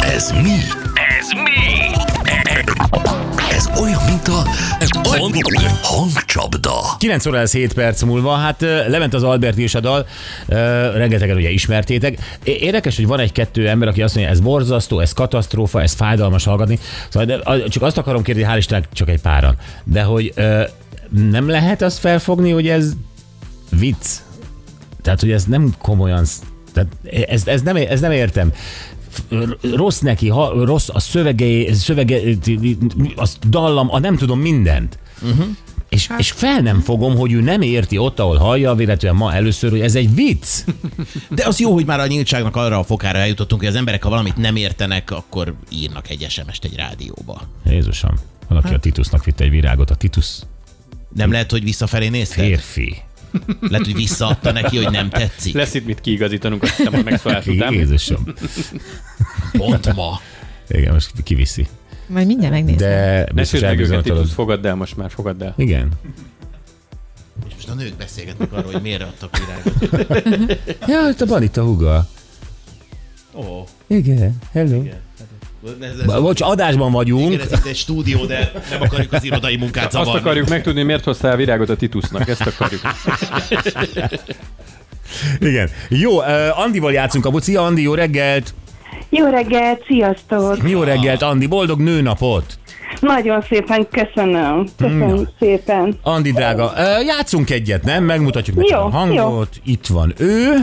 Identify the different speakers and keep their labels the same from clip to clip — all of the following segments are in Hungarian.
Speaker 1: Ez mi?
Speaker 2: Ez mi?
Speaker 1: Ez olyan, mint a hangcsapda.
Speaker 3: 9 óra lesz 7 perc múlva, hát ö, lement az Albert is a dal, ö, rengetegen ugye ismertétek. É- Érdekes, hogy van egy-kettő ember, aki azt mondja, ez borzasztó, ez katasztrófa, ez fájdalmas hallgatni. Szóval de, a- csak azt akarom kérni, hál' Istennek csak egy páran, de hogy ö, nem lehet azt felfogni, hogy ez vicc. Tehát, hogy ez nem komolyan, sz- tehát ez, ez, nem, ez nem értem. R- Rossz neki, ha, rossz a szövege, szövege, a dallam, a nem tudom mindent. És,
Speaker 4: Hát.
Speaker 3: és fel nem fogom, hogy ő nem érti ott, ahol hallja, véletlenül ma először, hogy ez egy vicc.
Speaker 5: De az jó, hogy már a nyíltságnak arra a fokára eljutottunk, hogy az emberek, ha valamit nem értenek, akkor írnak egy SMS-t egy rádióba.
Speaker 3: Jézusom, valaki
Speaker 4: Hát.
Speaker 3: a Titusnak vitte egy virágot, a Titus
Speaker 5: Nem lehet, hogy visszafelé nézted?
Speaker 3: férfi.
Speaker 5: Lehet, hogy visszaadta neki, hogy nem tetszik.
Speaker 6: Lesz itt mit kiigazítanunk, azt hiszem, a megszólás után.
Speaker 3: Jézusom.
Speaker 5: Pont ma.
Speaker 3: Igen, most kiviszi.
Speaker 7: Majd mindjárt megnézem.
Speaker 3: De
Speaker 6: Ne
Speaker 3: biztos
Speaker 6: sírd meg őket,
Speaker 3: elbizonytalod.
Speaker 6: Titus, fogadd el most már, fogadd el.
Speaker 3: Igen.
Speaker 5: És most a nők beszélgetnek arról, hogy miért adtak virágot.
Speaker 3: Ja, itt a van itt a huga.
Speaker 5: Ó, oh,
Speaker 3: Igen, hello.
Speaker 5: ez,
Speaker 3: Ba- Bocs, adásban vagyunk.
Speaker 5: igen, ez itt egy stúdió, de nem akarjuk az irodai munkát
Speaker 6: Azt
Speaker 5: zavarni.
Speaker 6: akarjuk megtudni, miért hoztál virágot a Titusnak, ezt akarjuk.
Speaker 3: Igen. Jó, uh, Andival játszunk a buci. Szia, Andi, jó reggelt.
Speaker 4: Jó reggelt, sziasztok!
Speaker 3: Jó reggelt, Andi. Boldog nőnapot.
Speaker 4: Nagyon szépen köszönöm. Köszönöm szépen.
Speaker 3: Andi drága, uh, játszunk egyet, nem? Megmutatjuk neki
Speaker 4: Jó,
Speaker 3: a hangot. Itt van ő.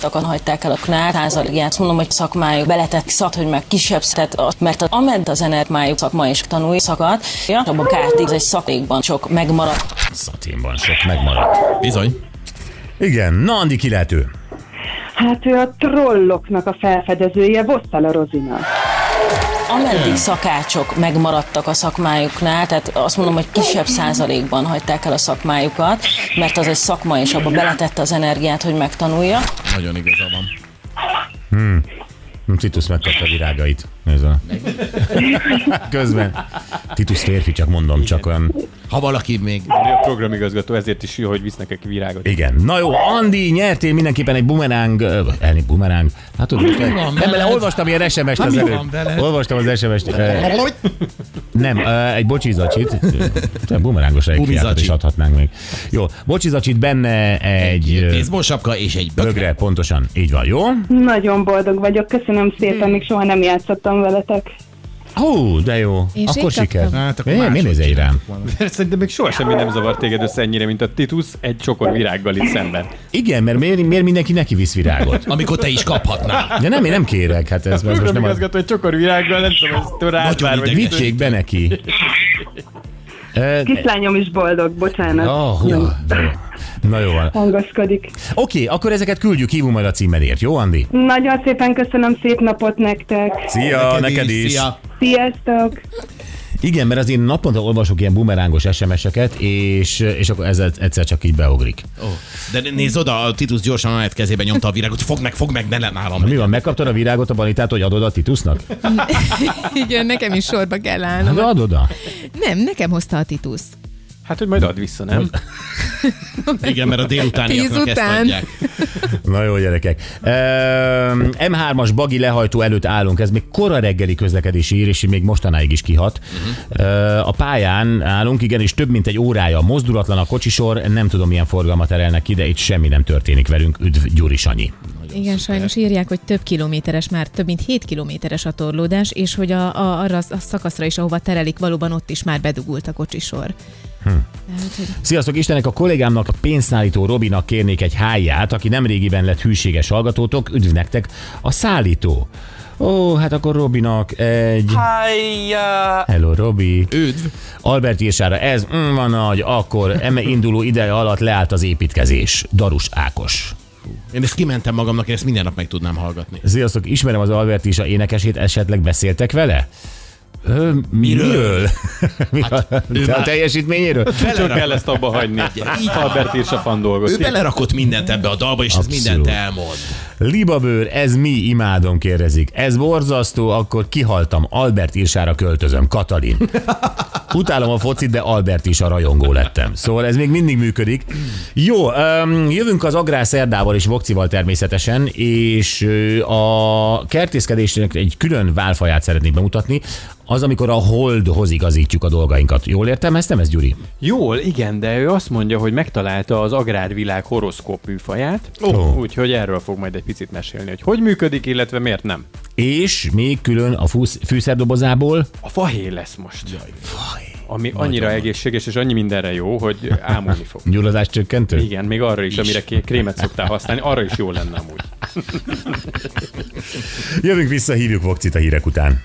Speaker 8: Sokan hagyták el a knár százalékát, mondom, hogy szakmájuk beletett szat, hogy meg kisebb szetet, mert az, amint a zenermájuk szakma is tanulj szakat, ja, abban kártig ez egy szakékban sok megmaradt.
Speaker 3: Szaténban sok megmaradt.
Speaker 5: Bizony.
Speaker 3: Igen, na Andi, ki lehet ő?
Speaker 4: Hát ő a trolloknak a felfedezője, Vosszal a Rozina.
Speaker 8: Ameddig szakácsok megmaradtak a szakmájuknál, tehát azt mondom, hogy kisebb százalékban hagyták el a szakmájukat, mert az egy szakma, és abba beletette az energiát, hogy megtanulja.
Speaker 5: Nagyon igaza van.
Speaker 3: Titus megkapta a virágait. Ez a... Közben. Titus férfi, csak mondom, csak olyan...
Speaker 5: Ha valaki még...
Speaker 6: Ő a programigazgató, ezért is jó, hogy visznek neki virágot.
Speaker 3: Igen. Na jó, Andi, nyertél mindenképpen egy bumeráng... ö, Elni, bumeráng. Hát tudod, most el-
Speaker 5: van
Speaker 3: nem,
Speaker 5: veled? Hát
Speaker 3: mert olvastam ilyen SMS-t az
Speaker 5: mi
Speaker 3: előtt.
Speaker 5: van veled?
Speaker 3: Olvastam az SMS-t. ö, Nem, ö, egy bocsizacsit. Te bumerángos reggelt
Speaker 5: Bumizacsi.
Speaker 3: is adhatnánk még. Jó, bocsizacsit benne egy... ö,
Speaker 5: Baseball sapka és egy bögre.
Speaker 3: Bögre, pontosan. Így van, jó?
Speaker 4: Nagyon boldog vagyok, köszönöm szépen, még soha nem játszottam veletek.
Speaker 3: Hú, de jó.
Speaker 7: Én is
Speaker 3: akkor
Speaker 7: így
Speaker 3: siker.
Speaker 7: kaptam.
Speaker 5: Hát akkor
Speaker 3: Miért- Miért
Speaker 5: máshogy
Speaker 3: nézel így rám?
Speaker 6: Szerintem még soha semmi nem zavar téged össze ennyire, mint a Titus egy csokor virággal itt szemben.
Speaker 3: Igen, mert miért, miért mindenki neki visz virágot?
Speaker 5: Amikor te is kaphatnál.
Speaker 3: De nem, én nem kérek, hát ez, ez most nem az...
Speaker 6: Programigazgató egy csokor virággal, nem tudom, ez tőle átvár, vagy mit
Speaker 3: Vitték be neki. Ö,
Speaker 4: Kislányom is boldog, bocsánat.
Speaker 3: Ah, hú, de jó. Na jó van.
Speaker 4: Hangaszkodik.
Speaker 3: Oké, akkor ezeket küldjük, hívunk majd a címedért, jó Andi?
Speaker 4: Nagyon szépen köszönöm, szép napot nektek.
Speaker 3: Szia,
Speaker 5: Szia.
Speaker 4: Sziasztok!
Speaker 3: Igen, mert az én naponta olvasok ilyen bumerángos SMS-eket, és, és akkor ez egyszer csak így beugrik.
Speaker 5: Ó, de nézd oda, a Titus gyorsan a Anett kezében nyomta a virágot. Fogd meg, fogd meg, ne le nálam.
Speaker 3: Mi van, megkaptad a virágot a banitát, hogy adod a Titusnak?
Speaker 7: Igen, nekem is sorba kell állnom.
Speaker 3: Hát adod a.
Speaker 7: Nem, nekem hozta a Titus.
Speaker 6: Hát, hogy majd add vissza, nem?
Speaker 5: Igen, mert a délutániaknak
Speaker 7: Tíz
Speaker 5: ezt
Speaker 7: után.
Speaker 5: adják.
Speaker 3: Na jó, gyerekek. Ö, M3-as bagi lehajtó előtt állunk, ez még kora reggeli közlekedési ír, és még mostanáig is kihat. Ö, A pályán állunk, igen, és több mint egy órája mozdulatlan a kocsisor, nem tudom milyen forgalmat terelnek ide, itt semmi nem történik velünk. Üdv Gyuri Sanyi.
Speaker 7: Igen, sajnos írják, hogy több kilométeres, már több mint 7 kilométeres a torlódás, és hogy a, a, arra a szakaszra is, ahova terelik, valóban ott is már bedugult a kocsisor.
Speaker 3: Sziasztok, Istenek, a kollégámnak, a pénzszállító Robinak kérnék egy háját, aki nemrégiben lett hűséges hallgatótok, üdv nektek, a szállító. Ó, hát akkor Robinak egy...
Speaker 9: Hájjá!
Speaker 3: Hello, Robi.
Speaker 5: Üdv.
Speaker 3: Albert írsára ez mm, van nagy, akkor eme induló ideje alatt leállt az építkezés. Darus Ákos.
Speaker 5: Én ezt kimentem magamnak, én ezt minden nap meg tudnám hallgatni.
Speaker 3: Sziasztok, ismerem az Albert is a énekesét, esetleg beszéltek vele? Ö, miről?
Speaker 5: Hát, ő
Speaker 3: Te a
Speaker 5: már-
Speaker 3: teljesítményéről?
Speaker 6: Csak kell ezt abba hagyni. Albert Írsa fan
Speaker 5: Ő
Speaker 6: dolgozik.
Speaker 5: belerakott mindent ebbe a dalba, és
Speaker 3: Abszolút.
Speaker 5: ez mindent elmond.
Speaker 3: Libabőr, ez mi? Imádom, kérdezik. Ez borzasztó, akkor kihaltam. Albert írsára költözöm. Katalin. Utálom a focit, de Albert is a rajongó lettem. Szóval ez még mindig működik. Jó, öm, jövünk az agrárszerdával és vokcival természetesen, és ö, a kertészkedésnek egy külön válfaját szeretnék bemutatni, az, amikor a holdhoz igazítjuk a dolgainkat. Jól értelmeztem ezt, Gyuri?
Speaker 6: Jól, igen, de ő azt mondja, hogy megtalálta az agrárvilág horoszkóp műfaját, Oh.
Speaker 3: Ó.
Speaker 6: úgyhogy erről fog majd egy picit mesélni, hogy hogy működik, illetve miért nem.
Speaker 3: És még külön a fúsz- fűszerdobozából
Speaker 6: A fahé lesz most. Jaj, Ami annyira egészséges és annyi mindenre jó, hogy ámulni fog.
Speaker 3: gyulladás csökkentő?
Speaker 6: Igen, még arra is, amire ké- krémet szoktál használni, arra is jó lenne amúgy.
Speaker 3: Jövünk vissza, hívjuk Vokcit a hírek után.